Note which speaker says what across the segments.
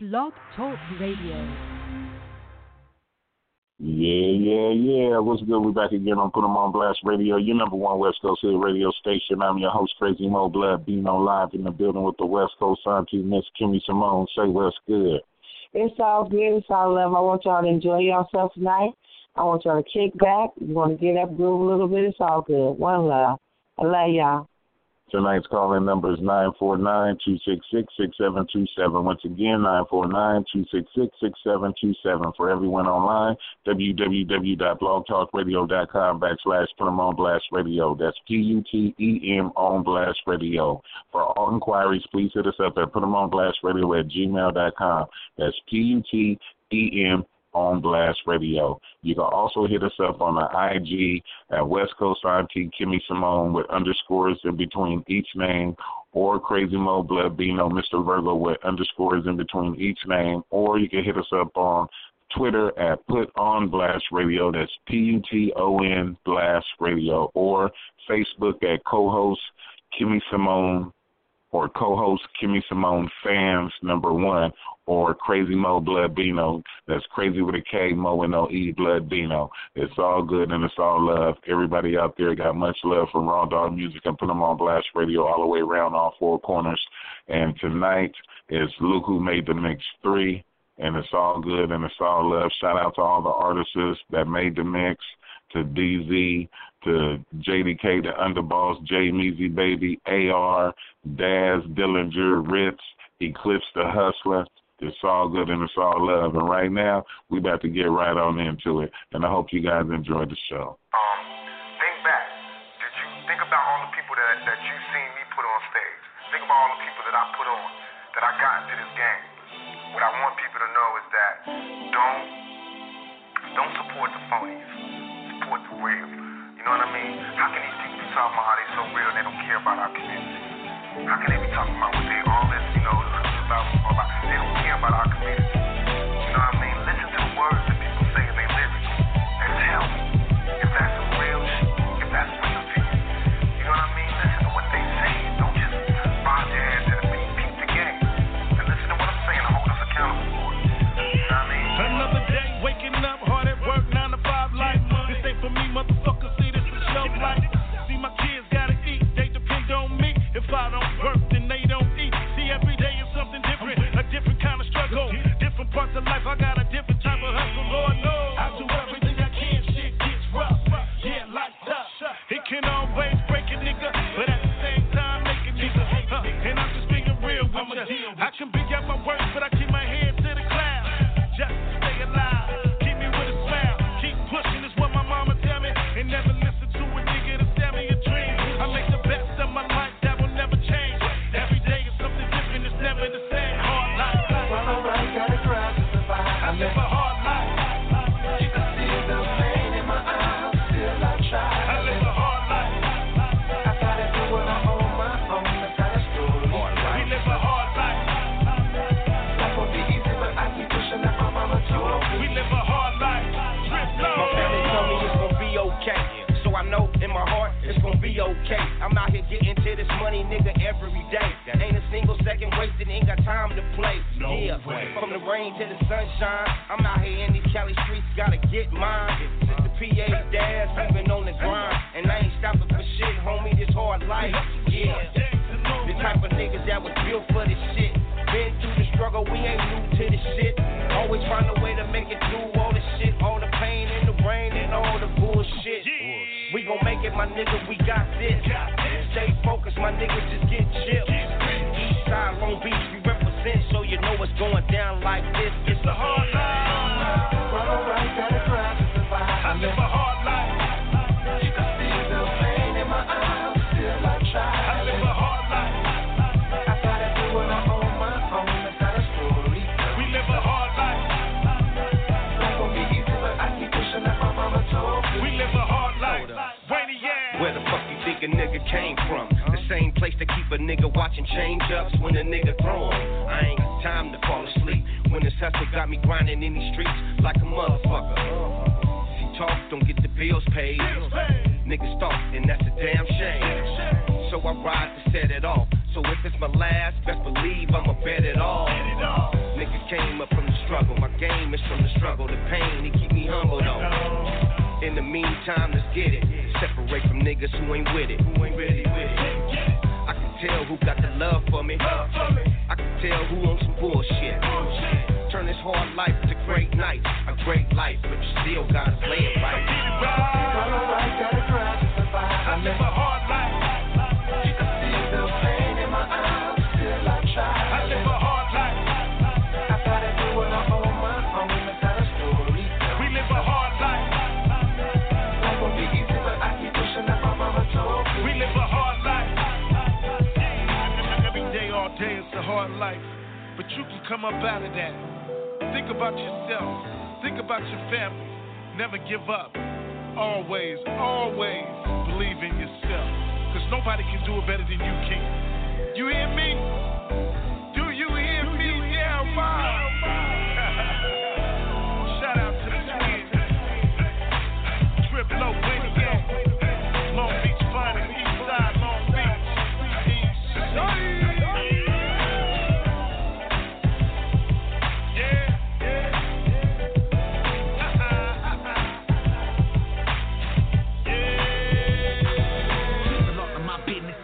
Speaker 1: Blog Talk Radio.
Speaker 2: Yeah, yeah, yeah. What's good? We're back again on Put 'em on Blast Radio, your number one West Coast City radio station. I'm your host, Crazy Mo Blood, being on live in the building with the West Coast auntie, Miss Kimmy Simone. Say what's good.
Speaker 3: It's all good. It's all love. I want y'all to enjoy yourself tonight. I want y'all to kick back. You want to get up, groove a little bit. It's all good. One love. I love y'all.
Speaker 2: Tonight's calling number is nine four nine two six six six seven two seven. Once again, nine four nine two six six six seven two seven. For everyone online, www.blogtalkradio.com backslash put 'em on blast radio. That's P U T E M on blast radio. For all inquiries, please hit us up at put 'em on blast radio E at gmail.com. That's P U T E M on blast radio. You can also hit us up on the IG at West Coast Auntie Kimmy Simone with underscores in between each name, or Crazy Mo Blood Bino Mr. Virgo with underscores in between each name, or you can hit us up on Twitter at Put On Blast Radio. That's P U T O N Blast Radio, or Facebook at co-host Kimmy Simone or co-host Kimmy Simone fans number one or Crazy Mo Blood Bino. That's crazy with a K, Mo and O E Blood Bino. It's all good and it's all love. Everybody out there got much love from Raw Dog Music and put them on Blast Radio all the way around all four corners. And tonight is Luke who made the mix three. And it's all good and it's all love. Shout out to all the artists that made the mix, to DZ, to JDK, the Underboss, J Measy Baby, AR, Daz Dillinger, Ritz, Eclipse the Hustler. It's all good and it's all love. And right now, we about to get right on into it. And I hope you guys enjoy the show.
Speaker 4: um, think back. Did you think about all the people that, that you've seen me put on stage? Think about all the people that I put on, that I got into this game. What I want people to know is that don't don't support the phonies. Support the real. You know what I mean? How can these people be talking about how they so real and they don't care about our community? How can they be talking about what they all this, you know, about, about they don't care about our community? You know what I mean? Listen to the words that people say in their lyrics and tell me if that's some real shit, if that's real to you. You know what I mean? Listen to what they say. Don't just bob your head to the beat, peep the game. And listen to what I'm saying and hold us accountable for it. You know what I mean?
Speaker 5: Another day waking up, hard at work, nine to five life. This ain't for me, motherfucker. See, this is your life. See, my kids gotta eat, they depend on me. If I don't work, then they don't eat. See, every day is something different, a different kind of struggle, different parts of life. I got a different type of hustle, Lord knows. I do everything I can, shit gets rough. Yeah, life tough. It can always break a nigga, but at the same time, make a nigga. Huh, And I'm just being real with you. I can be at my worst, but I keep my head to the clouds. Just stay alive. Keep me with a smile. Keep pushing is what my mama tell me. And never listen to a nigga to sell me a dream. I make the best of my life that will never change. Every day is something different. It's never the same. Hard life. Well, I gotta cry to survive. I live a hard life. You can see the pain in my eyes. Still I try. I live a hard life. I gotta do what I own my own. I got a story. We live a hard life. Life won't be easy, but I keep pushing like my mama told me. We live a hard life. Trip low.
Speaker 6: My family told me it's gonna be okay. So I know in my heart it's gonna be okay. I'm out here getting to this money, nigga, every day. Ain't a single second wasted, ain't got time to play.
Speaker 5: No
Speaker 6: yeah,
Speaker 5: way.
Speaker 6: from the rain to the sunshine, I'm out here in these Cali streets, gotta get mine. Since the PA dash, we've been on the grind, and I ain't stopping for shit, homie. This hard life, yeah. The type of niggas that was built for this shit. Been through the struggle, we ain't new to this shit. Always find a way to make it through all the shit, all the pain and the rain and all the bullshit. We gon' make it, my nigga, we got this. Stay focused, my niggas just get chipped. East side, Long Beach, we represent, so you know it's going down like this. It's a hard life. I live a hard life. You can see the pain in my eyes, still I try. I live a hard life. I gotta do what I own my own. I got a story. We live a hard life. Life won't be easy, but I keep pushing like my mama told me. We live a hard life. Rainy yeah. Where the fuck you think a nigga came from? The same place to keep a nigga watching change ups when a nigga throw 'em. I ain't got time to fall asleep when this hustle got me grinding in these streets like a motherfucker. If you talk, don't get the bills paid. Niggas talk, and that's a damn shame. So I ride to set it off. So So if it's my last, best believe I'ma bet it all. Nigga came up from the struggle. My game is from the struggle. The pain, it keep me humble though. In the meantime, let's get it. Separate from niggas who ain't with it. Who ain't really with it. I can tell who got the love for me. Oh, I can tell who on some bullshit. Turn this hard life to great nights. A great life, but you still gotta play it right. Gotta fight, gotta grind to survive. I live a hard life. You can see the pain in my eyes. Still I try. I live a hard life. I gotta do what I own my own. I got a story. We live a hard life. Life won't be easy, but I keep pushing up. My mama told me. We live a hard life. Every day, all day, it's a hard life. But you can come up out of that. Think about yourself. Think about your family. Never give up. Always, always believe in yourself. Because nobody can do it better than you can. You hear me? Do you hear me? Yeah, wow. Shout out to the twins. Trip low, Winnie, yeah. Long Beach, Fine and East Side, Long Beach. East Side. Uh-uh,
Speaker 7: It's all in my business.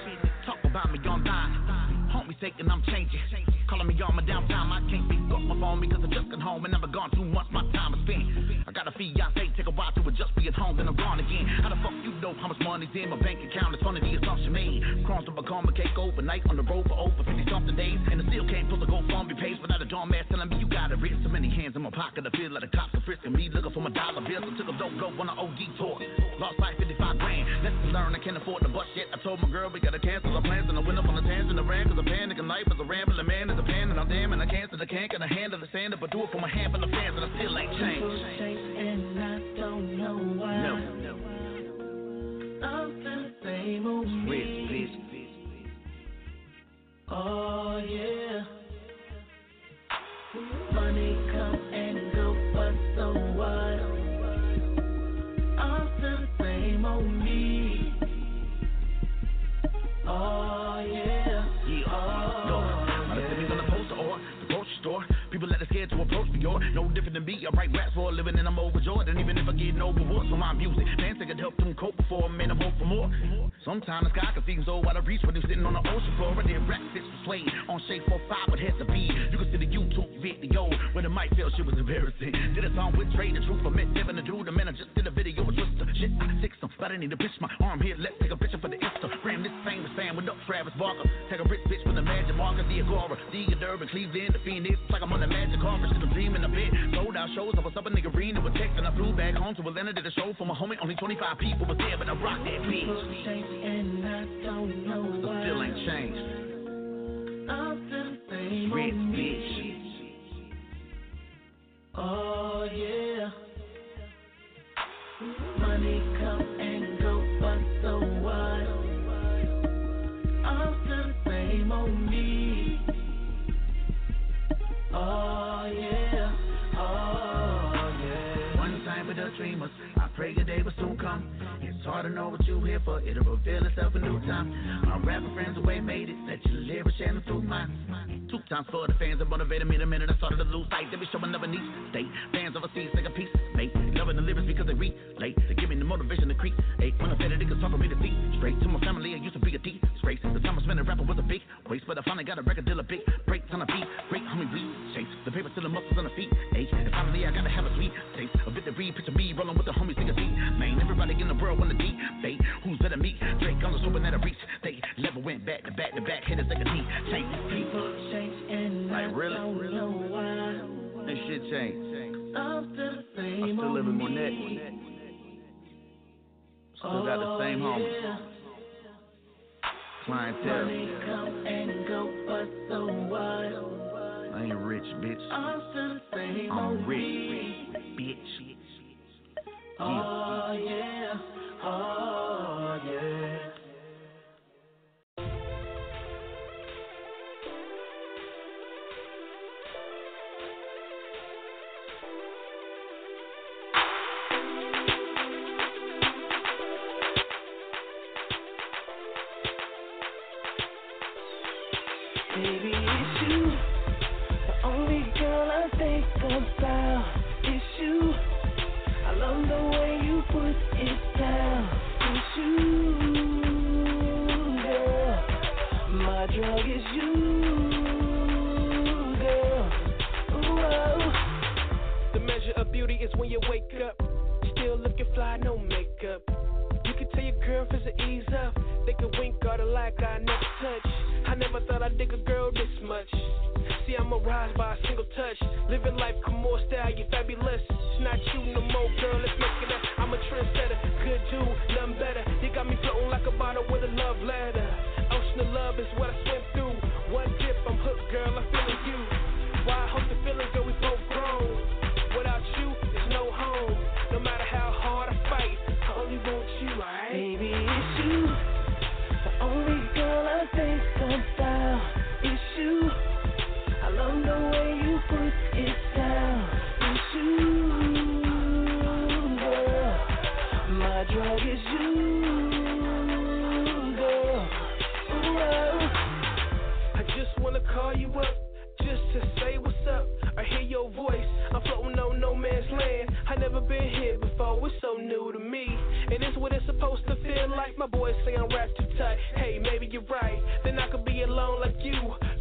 Speaker 7: Talk about me online. Homies taking, I'm changing. Calling me on my downtime. I can't pick up my phone because I just got home and I've been gone too much. My time is spent. I got a fiance, take a while to adjust, be at home, then I'm gone again. How the fuck you know how much money's in my bank account? It's funny the assumption made. Crumbs from a karma cake overnight on the road for over 50 something days. And I still can't pull the GoFundMe page without a dumb ass telling me you got a risk. So many hands in my pocket, I feel like the cops are frisking me looking for my dollar bills. I took a low blow on an OD tour. Lost like 55 grand. Lessons learned, I can't afford the bus yet. I told my girl we gotta cancel our plans. And I went up on a tangent, I ran cause I panic. And life is a rambling man, is a pan. And I'm damn, and I can't, and I can't. Can I handle the sand? If I do it for my hand, but the fans, and I still ain't changed.
Speaker 8: and I don't know why.
Speaker 7: No,
Speaker 8: I'm the same old
Speaker 7: Rich,
Speaker 8: me.
Speaker 7: bitch.
Speaker 8: Oh yeah. Money come and go, but so what? I'm the same old me. Oh yeah.
Speaker 7: Yeah, no. I done seen me on the poster or the grocery store. People that are scared to approach me or no different than me. I write raps for a living and I'm overjoyed. And even if I get no rewards for my music, fans think I'd help them cope before man, I hope for more. Sometimes the sky can seem so out of reach when you're sitting on the ocean floor. And then rap fits was played on shape for five, but has to be. You can see the YouTube video where the mic fell, shit was embarrassing. Did a song with Trey, the truth, I met Devin the dude. The man, I just did a video with Twister. Shit, I fixed him, but I need to bitch my arm here. Let's take a picture for the Insta. Ram this thing with Sam with up Travis Barker. Take a rich bitch from the Magic Marker, the Agora, the Durban, Cleveland, the Phoenix. It's like I'm on the Magic Carpet, shit, I'm dreaming a bit. Sold out shows, I was up in the arena with text, and I flew back home to Atlanta, did a show for my homie. Only 25 people were there, but I rocked that bitch.
Speaker 8: and I don't know
Speaker 7: So
Speaker 8: why.
Speaker 7: still ain't changed.
Speaker 8: I'm the same
Speaker 7: Rich
Speaker 8: old me.
Speaker 7: bitch.
Speaker 8: Oh yeah. Money come and go, but so what? I'm the same old me. Oh yeah. Oh yeah.
Speaker 7: One time for the dreamers, I pray your day will soon come. It's hard to know what you here for, it'll reveal itself in due time. My rapper friends away made it, let your lyrics channel through mine. Two times for the fans that motivated me the minute I started to lose sight. They be showing up in these state. Fans overseas, take a piece, mate. Loving the lyrics because they relate. They give me the motivation to creep. Hey, when I fed it, they can talk for me to see. Straight to my family, I used to be a disgrace. The time I spent a rapper was a big waste, but I finally got a record deal, a big break on a beat. Great homie, we chase the paper till the muscles on the feet. Hey, and finally I gotta have a sweet taste of victory. Picture me rolling with the homies, niggas beat. Man, everybody in the world wanna deep bait. Who's better meet? Drake, I'm just hoping that I reach. They level went back to back to back, hitters like a deep. Change people,
Speaker 8: People change and I
Speaker 7: Like, really?
Speaker 8: don't know why.
Speaker 7: this shit changed.
Speaker 8: I'm the same
Speaker 7: I'm still
Speaker 8: old
Speaker 7: living
Speaker 8: me.
Speaker 7: Monette. Still got the same
Speaker 8: oh,
Speaker 7: homies,
Speaker 8: Yeah.
Speaker 7: clientele.
Speaker 8: Money come and go, but so what?
Speaker 7: I ain't rich, bitch.
Speaker 8: I'm the same old
Speaker 7: I'm rich,
Speaker 8: me.
Speaker 7: bitch.
Speaker 8: Oh yeah, oh yeah.
Speaker 5: measure of beauty is when you wake up. Still looking fly, no makeup. You can tell your girlfriends to ease up. They can wink at her like I never touch. I never thought I'd dig a girl this much. See, I'm a rise by a single touch. Living life, come more style, you fabulous. Not you no more, girl, let's make it up. I'm a trendsetter, could do nothing better. You got me floating like a bottle with a love letter. Ocean of love is what I swim through. One dip, I'm hooked, girl, I'm feeling you. Why I hope the feeling, girl, we both grown. Without you, there's no home. No matter how hard I fight, I only want you, alright? Baby, it's you.
Speaker 9: The only girl I think about is you. I love the way you put it down. It's you, girl. My drug is you, girl.
Speaker 5: I just wanna call you up, just to say what's up. I hear your voice. I'm floating on no man's land. I never been here before. It's so new to me, and it's what it's supposed to feel like. My boys say I'm wrapped too tight. Hey, maybe you're right. Then I could be alone like you.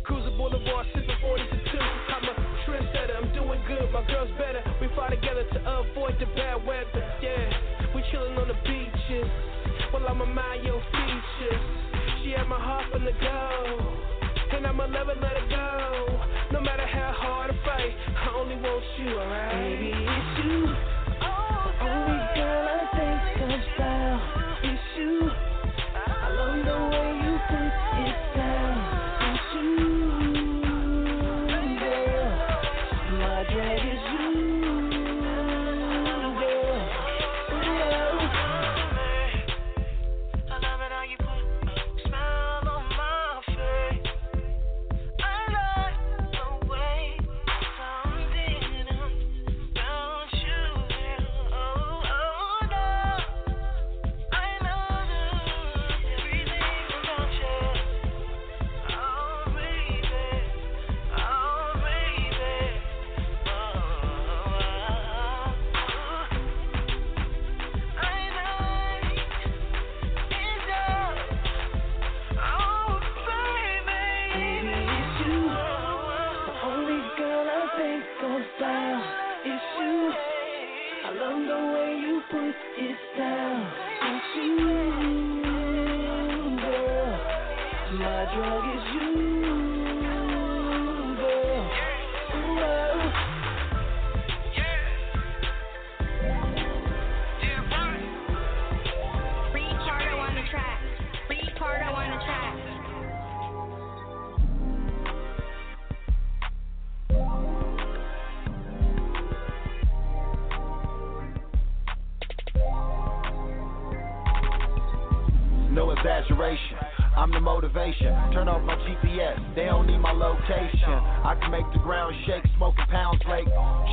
Speaker 5: Cruising Boulevard, sipping 40s and two. I'm a trendsetter. I'm doing good. My girl's better. We fly together to avoid the bad weather. Yeah, we chilling on the beaches. Well, I'ma mind your features. She had my heart from the go. And I'ma never let it go. No matter how hard I fight, I only want you, alright? Baby, it's you.
Speaker 9: Only girl I think about is you. I love the way you put it down. It's you, girl. My drag is you, girl.
Speaker 10: I love it how you put a smile on my face. I like the way something about you feels. Oh, oh, love. I love everything about you. Oh, baby. Oh, baby. Oh, I like it's up. Oh, baby, it's you.
Speaker 9: The only girl I think about is you. I love the way you put it down. It's you, girl. My drug is you, girl. Ooh, oh.
Speaker 4: Ricardo on the track. Ricardo on the track.
Speaker 6: no exaggeration. I'm the motivation. Turn off my GPS, they don't need my location. I can make the ground shake, smoke a pound flake.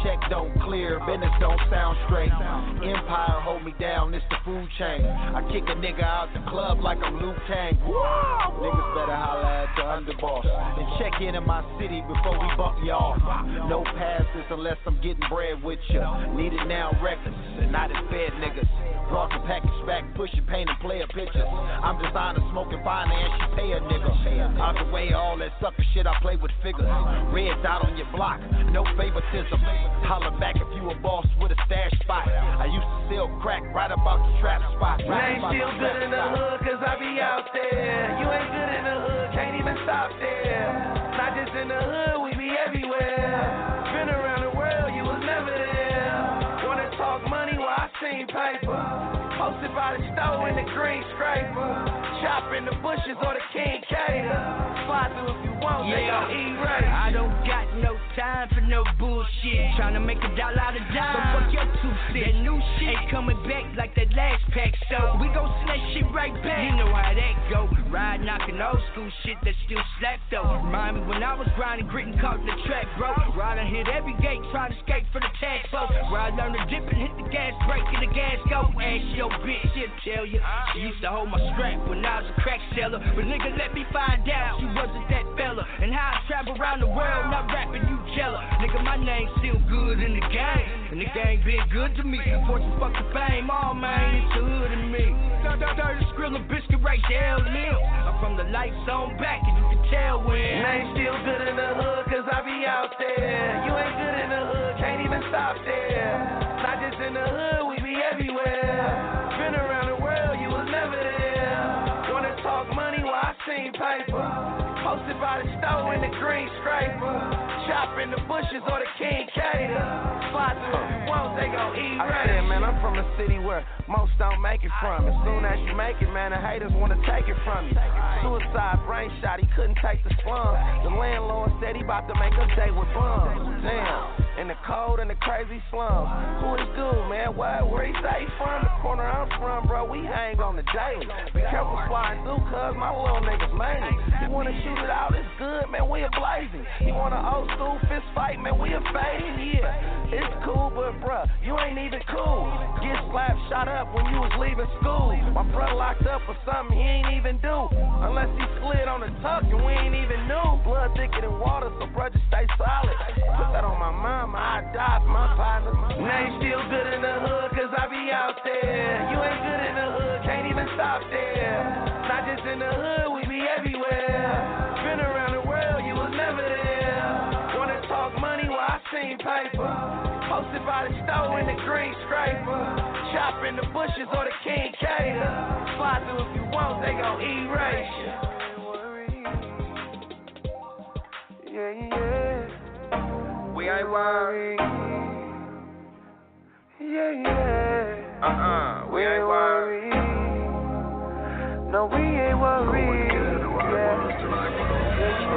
Speaker 6: Check don't clear, business don't sound straight. Empire hold me down, it's the food chain. I kick a nigga out the club like I'm Luke Tang. Niggas better holla at the underboss. And check in in my city before we bump you off. No passes unless I'm getting bread with ya. Need it now, records, and not as bad niggas. Brought the package back, pushing paint and player pictures. I'm designer, smoking finance, she pay a nigga. Out the way, all that sucker shit, I play with figures. Red dot on your block, no favoritism. Holler back if you a boss with a stash spot. I used to sell crack right about the trap spot. Right
Speaker 11: Ain't
Speaker 6: about
Speaker 11: still
Speaker 6: trap
Speaker 11: good in the
Speaker 6: spot.
Speaker 11: hood, cause I be out there. You ain't good in the hood, can't even stop there. Not just in the hood, we be everywhere. Been around the world, you was never there. Wanna talk money, well, I seen paper. Posted by the store in the green scraper. Chop in the bushes or the king cater. Fly through if you want, they
Speaker 12: Yeah.
Speaker 11: gon' eat right.
Speaker 12: I don't got no time for no bullshit. Tryna make a dollar out of dime. So fuck your two cents. That new shit ain't coming back like that last pack. So we gon' snatch shit right back. You know how that go. Ride knocking old school shit that still slap though. Remind me when I was grinding, gritting, caught in the track, bro. Riding hit every gate, trying to escape from the tax folks. Where I learned to dip and hit the gas brake and the gas go. Ask your bitch, she'll tell you. She used to hold my strap when I was a crack seller. But nigga, let me find out she wasn't that fella. And how I travel around the world, not rapping you jealous. Nigga, my name still good in the game. And the game been good to me. Fortune fuck the fame, all man, it's the hood in me. Third, third, third, Skrilla biscuit right there, live. I'm from the lights on back, and you can tell when.
Speaker 11: Name still good in the hood, cause I be out there. You ain't good in the hood, can't even stop there.
Speaker 9: paper. Posted by the stove in the green scraper. Chopping the bushes or the king cater. Five through ones, they gon' eat
Speaker 6: I
Speaker 9: right.
Speaker 6: said, man, I'm from a city where most don't make it from. As soon as you make it, man, the haters wanna take it from you. Suicide brain shot, he couldn't take the slum. The landlord said he about to make a day with bums. Damn, in the cold and the crazy slums. Who is dude, man? What? Where he say he from? The corner I'm from, bro. We hang on the daily. Be careful flying through, cuz my little niggas mainly. You wanna shoot it out, it's good, man. We a blazing. You wanna old school fist fight, man. We a fading, yeah. It's cool, but bruh, you ain't even cool. Get slapped, shot up when you was leaving school. My brother locked up for something he ain't even do. Unless he slid on the tuck and we ain't even knew. Blood thicker than water, so bruh, just stay solid. Put that on my mama, I die for my partner.
Speaker 9: Name still good in the hood, cause I be out there. You ain't good in the hood, can't even stop there. Not just in the hood, we be everywhere. Been around the world, you was never there. Wanna talk money, well, I seen paper. Posted by the stove in the green scraper. Chopping the bushes or the king cater. Fly through if you want, they gon' erase you.
Speaker 6: Yeah, yeah. We ain't worried. Yeah, yeah. Uh uh. We ain't worried. No, we ain't worried.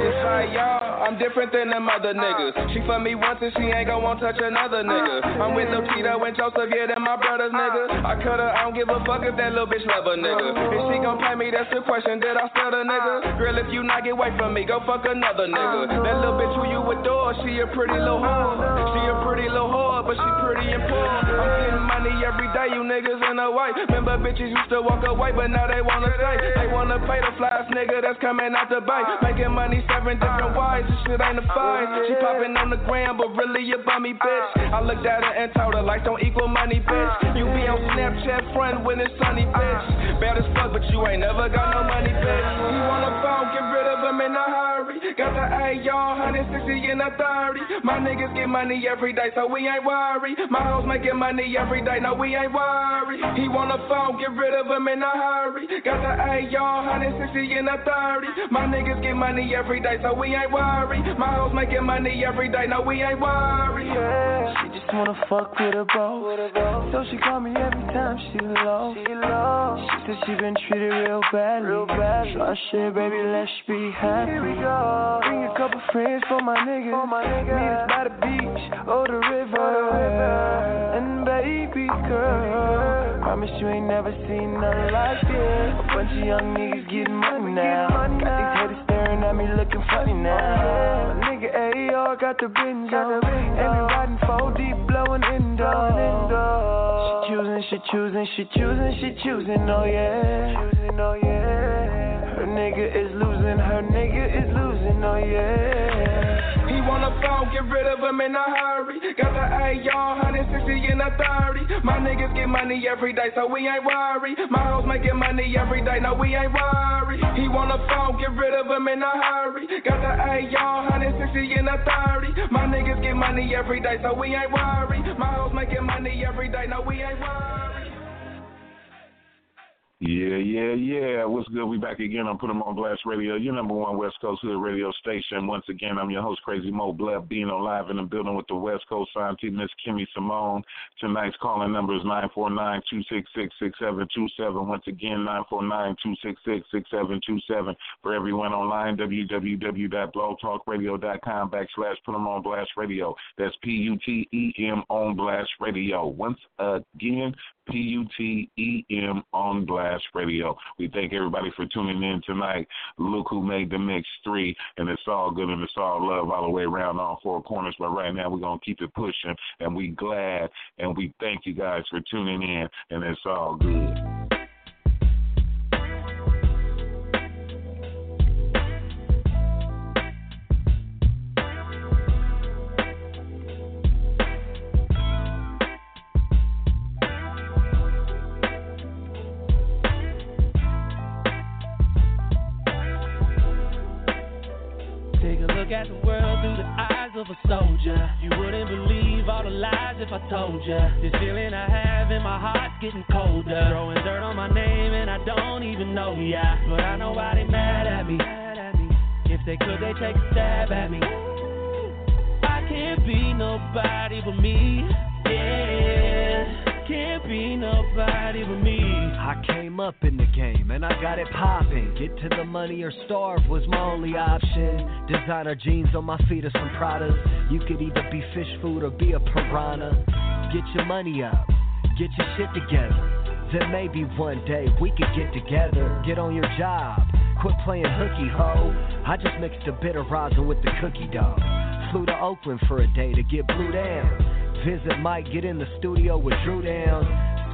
Speaker 5: It's like, y'all, I'm different than them other niggas. She for me once and she ain't gon' want touch another nigga. I'm with Lupita and Joseph, yeah, them my brothers, nigga. I cut her, I don't give a fuck if that little bitch love a nigga. If she gon' play me, that's the question. Did I spell the nigga? Girl, if you not get away from me, go fuck another nigga. That little bitch who you adore, she a pretty little whore. She a pretty little whore, but she pretty and poor. I'm getting money every day, you niggas in a way. Remember bitches used to walk away, but now they wanna stay. They wanna play the flyest nigga that's coming out the bay. Making money seven different ways, this shit ain't a fight. She popping on the gram, but really a bummy bitch. I looked at her and told her life don't equal money, bitch. You be on Snapchat front when it's sunny, bitch. Bad as fuck, but you ain't never got no money, bitch. You wanna phone, get rid of him in a hurry. Got the A, y'all, 160 and a 30. My niggas get money every day, so we ain't worried. My hoes making money every day, no, we ain't worried. He wanna phone, get rid of him in a hurry. Got the A, y'all, 160 and a 30. My niggas get money every day, so we ain't worried. My hoes making money every day, no, we ain't worried.
Speaker 6: She just wanna fuck with a bro. So she call me every time she low. She, said she been treated real badly. Real bad. So I said, baby, let's be happy. Here we go. Bring a couple friends for my niggas. For my niggas. Meet us by the beach or the river. And baby girl, promise you ain't never seen nothing like this. A bunch of young niggas getting money now. Got these haters staring at me looking funny now. My nigga AR got the bins on. And we riding 4 deep, blowing indoor. She choosing, she choosing, she choosing, she choosing, oh yeah. Choosing, oh yeah. Her nigga is losing, her nigga is losing, oh yeah.
Speaker 5: He wanna phone, get rid of him in a hurry. Got the A, y'all, 160 and a 30. My niggas get money every day, so we ain't worried. My hoes making money every day, no, we ain't worried. He wanna phone, get rid of him in a hurry. Got the A, y'all, 160 and a 30. My niggas get money every day, so we ain't worried. My hoes making money every day, no, we ain't worried.
Speaker 2: Yeah, yeah, yeah. What's good? We back again on Put 'em on Blast Radio, your number one West Coast Hood radio station. Once again, I'm your host, Crazy Mo Bleb, being on live in the building with the West Coast scientist, Miss Kimmy Simone. Tonight's calling number is 949-266-6727. Once again, 949-266-6727. For everyone online, www.blogtalkradio.com backslash Put 'em on Blast Radio. That's P-U-T-E-M E on Blast Radio. Once again, P U T E M on Blast Radio. We thank everybody for tuning in tonight. Look who made the mix three, and it's all good and it's all love all the way around all four corners. But right now we're gonna keep it pushing, and we glad and we thank you guys for tuning in, and it's all good.
Speaker 13: Take a look at the world through the eyes of a soldier.
Speaker 9: You wouldn't believe all the lies if I told ya. This feeling I have in my heart's getting colder. Throwing dirt on my name and I don't even know ya. But I know why they mad at me. If they could, they take a stab at me. I can't be nobody but me. Yeah, can't be nobody but me.
Speaker 14: I came up in the game and I got it poppin'. Get to the money or starve was my only option. Designer jeans on my feet or some Pradas. You could either be fish food or be a piranha. Get your money up, get your shit together. Then maybe one day we could get together. Get on your job, quit playing hooky ho. I just mixed the bitter rosin with the cookie dough. Flew to Oakland for a day to get blue down. Visit Mike, get in the studio with Drew Downs.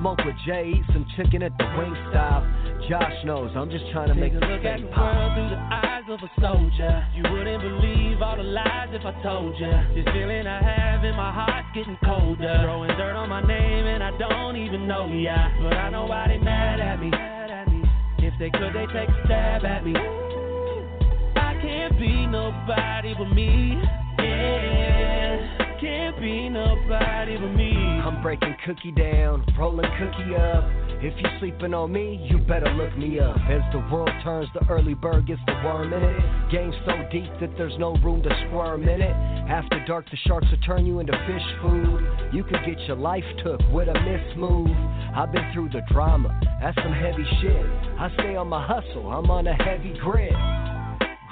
Speaker 14: Smoke with Jay, eat some chicken at the wing stop. Josh knows I'm just trying to make
Speaker 9: Take
Speaker 14: the
Speaker 9: a look at
Speaker 14: thing
Speaker 9: the
Speaker 14: pop.
Speaker 9: world through the eyes of a soldier. You wouldn't believe all the lies if I told you. This feeling I have in my heart's getting colder. Throwing dirt on my name and I don't even know ya. But I know why they mad at me. If they could, they take a stab at me. I can't be nobody but me. Yeah, can't be nobody but me.
Speaker 14: I'm breaking cookie down, rolling cookie up. If you sleeping on me, you better look me up. As the world turns, the early bird gets the worm in it. Game so deep that there's no room to squirm in it. After dark, the sharks will turn you into fish food. You could get your life took with a miss move. I've been through the drama, that's some heavy shit. I stay on my hustle, I'm on a heavy grit.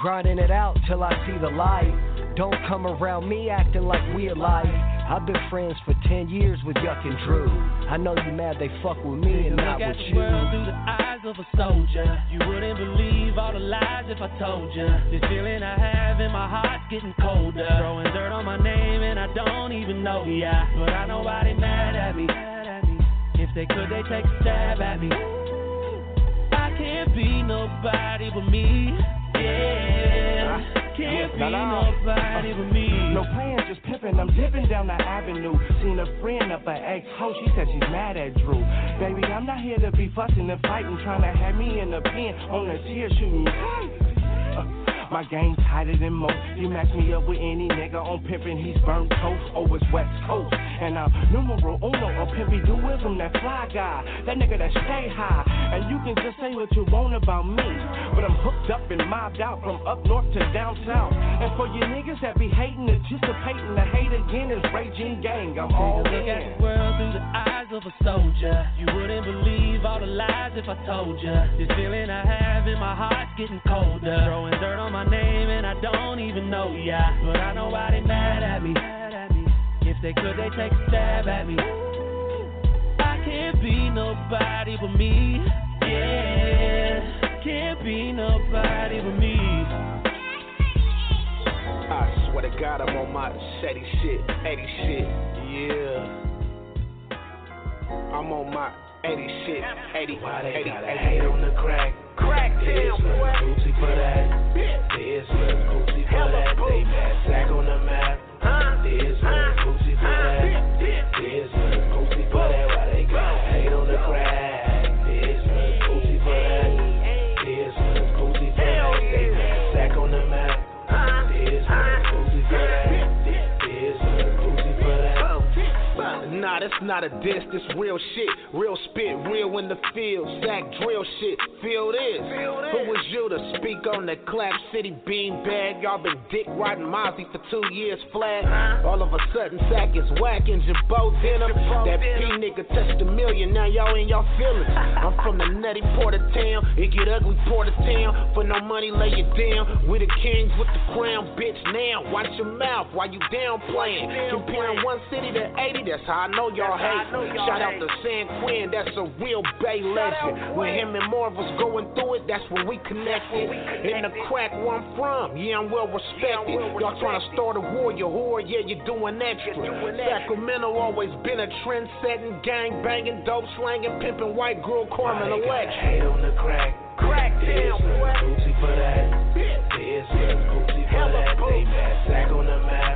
Speaker 14: Grinding it out till I see the light. Don't come around me acting like we alike. I've been friends for 10 years with Yuck and Drew. I know you mad they fuck with me and
Speaker 9: Look
Speaker 14: not
Speaker 9: at
Speaker 14: with
Speaker 9: the
Speaker 14: you.
Speaker 9: world through the eyes of a soldier. You wouldn't believe all the lies if I told you. This feeling I have in my heart's getting colder. Throwing dirt on my name and I don't even know ya. But I know why they mad at me. If they could, they take a stab at me. I can't be nobody but me. Yeah, can't be nobody but me.
Speaker 5: No plan, just pippin'. I'm dipping down the avenue. Seen a friend of an ex hoe. She said she's mad at Drew. Baby, I'm not here to be fussing and fighting. Trying to have me in the pen on the tear shooting. Uh, my game's tighter than most. You match me up with any nigga on pimpin', he's burned toast. Oh, it's West Coast. And I'm numero uno on pimpy duism, that fly guy. That nigga that stay high. And you can just say what you want about me. But I'm hooked up and mobbed out from up north to down south. And for you niggas that be hating, anticipating the hate again is raging gang. I'm all
Speaker 9: Take a look at
Speaker 5: in.
Speaker 9: the world through the eyes of a soldier. You wouldn't believe all the lies if I told you. This feeling I have in my heart's getting colder. Throwing dirt on my name and I don't even know ya. But I know why they mad at me. If they could, they take a stab at me. I can't be nobody but me. Yeah, can't be nobody but me.
Speaker 15: I swear to God, I'm on my Shetty shit, Eddie shit, yeah. I'm on my Eddie shit, Eddie, Why they Eddie, Eddie. Hate on the crack, crack them, boy. Booty for that, this little booty for that. They mad sack on the map, this little booty for that, this little booty for that. Why they gotta hate on the crack? This little booty for that, this little booty for that. They mad sack on the map. This one boozy for that. This one boozy for that.
Speaker 6: Nah, that's not a diss, this real shit. Real spit, real in the field. Sack drill shit. Feel this. Who was you to speak on the clap city bean bag? Y'all been dick riding Mozzie for two years flat. All of a sudden, Sack is whacking Jabot denim. That P nigga touched a million, now y'all in y'all feelings. I'm from the nutty port of town. It get ugly port of town. For no money, lay it down. We the kings with the crown, bitch. Now, watch your mouth while you downplaying. Comparing one city to 80, that's how I know y'all
Speaker 15: That's how I
Speaker 6: hate.
Speaker 15: know y'all
Speaker 6: Shout out
Speaker 15: hate.
Speaker 6: to San Quinn, that's a real Bay legend. When him and Marv was going through it, that's when we connected. In the crack where I'm from, yeah, I'm well respected. Y'all trying to start a war, you whore, yeah, you're doing extra. Sacramento always been a trend setting, gang banging, dope slanging, pimping, white girl, Carmen election.
Speaker 15: Hate on the crack. Crack them, boy. Boozy for that. This one boozy for that. They mad sack on the map.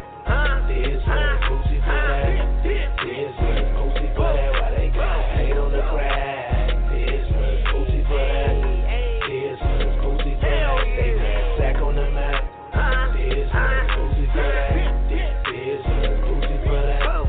Speaker 15: This one boozy for that. This one boozy for that. Why they gotta hate on the crack? This one boozy for that. This one boozy for that. They
Speaker 6: Uh-huh.
Speaker 15: mad sack on the map. This one boozy for that. This one boozy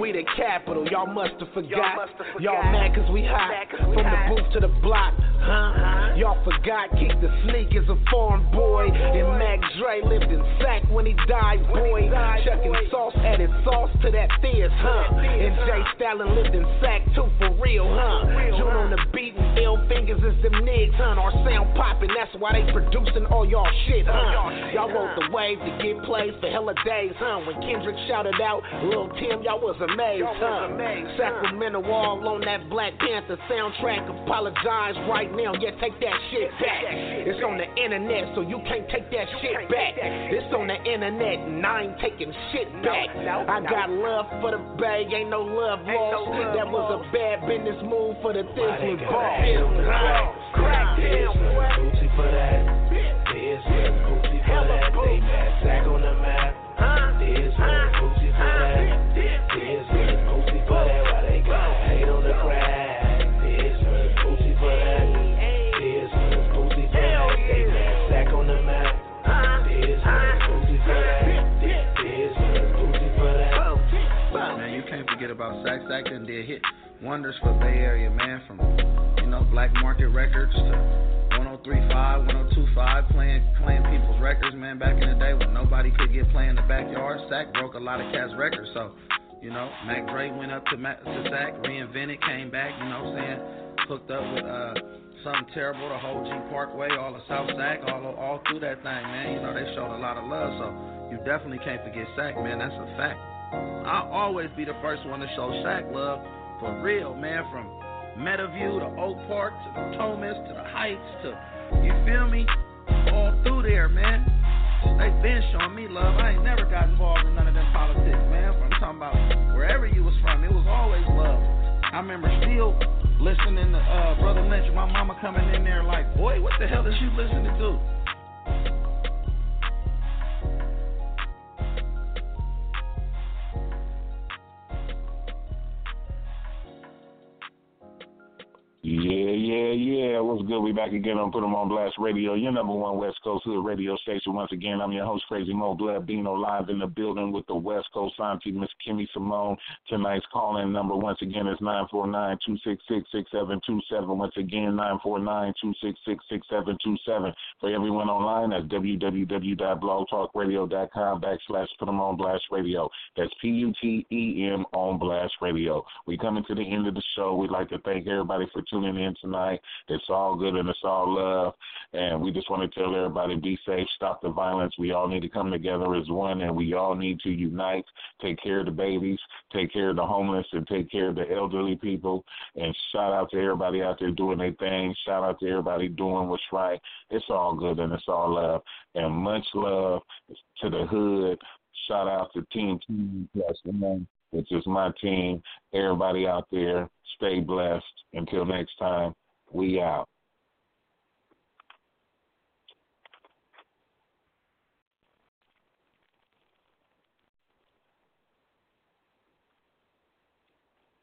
Speaker 6: we the capital. Y'all must have forgot. Y'all mad cause we Uh-huh. hot. From the booth to the block, huh? Y'all forgot. Kick the sneakers a foreign boy. And Mac Dre lived in sack when he died, boy. Chucking sauce, added sauce to that fierce, huh? And Jay Stalin lived in sack too, for real, huh? June on the beat and ill fingers is them niggas, huh? Our sound popping, that's why they producing all y'all shit, huh? Y'all rode the wave to get plays for hella days, huh? When Kendrick shouted out, Lil Tim, y'all was amazed, huh? Sacramento all on that Black Panther soundtrack. Apologize right now, yeah, take that shit back. It's on the internet, so you can't take that shit back. It's on the internet, and I ain't taking shit back. I got love for the bay, ain't no love lost. That was a bad business move for the things we bought. Crack
Speaker 4: Booty for that. There's a booty for that. They mad sack on the map. There's a booty for that. There's a booty for that. Why they got hate on the crack? There's a booty for that. There's a booty for that. They mad sack on the map. There's a booty for that. There's a booty for that.
Speaker 5: Man, you can't forget about Sack Sack and did hit wonders for Bay Area man from you know Black Market Records to 1035, 1025 playing playing people's records man back in the day when nobody could get play in the backyard. Sack broke a lot of cats records so you know Mac Dre went up to, Mac, to Sack, reinvented, came back you know what I'm saying hooked up with uh something terrible the whole G Parkway, all the South Sack, all all through that thing man you know they showed a lot of love so you definitely can't forget Sack man that's a fact. I'll always be the first one to show Shaq love for real, man. From Metaview to Oak Park to the Thomas to the Heights to you feel me? All through there, man. They been showing me love. I ain't never got involved in none of them politics, man. I'm talking about wherever you was from, it was always love. I remember still listening to uh, Brother Lynch, my mama coming in there like, boy, what the hell is you listening to?
Speaker 2: Yeah, yeah, yeah. What's good? We back again on Put 'Em on Blast Radio, your number one West Coast Hood radio station. Once again, I'm your host, Crazy Mo Blood Bino, live in the building with the West Coast auntie, Miss Kimmy Simone. Tonight's calling number, once again, is 949-266-6727. Once again, 949-266-6727. For everyone online, that's www.blogtalkradio.com backslash Put 'Em on Blast Radio. That's P-U-T-E-M E on Blast Radio. we coming to the end of the show. We'd like to thank everybody for tuning in tonight. It's all good and it's all love. And we just want to tell everybody be safe, stop the violence. We all need to come together as one and we all need to unite, take care of the babies, take care of the homeless, and take care of the elderly people. And shout out to everybody out there doing their thing. Shout out to everybody doing what's right. It's all good and it's all love. And much love to the hood. Shout out to Team Plus, which is my team. Everybody out there, stay blessed. Until next time, we out.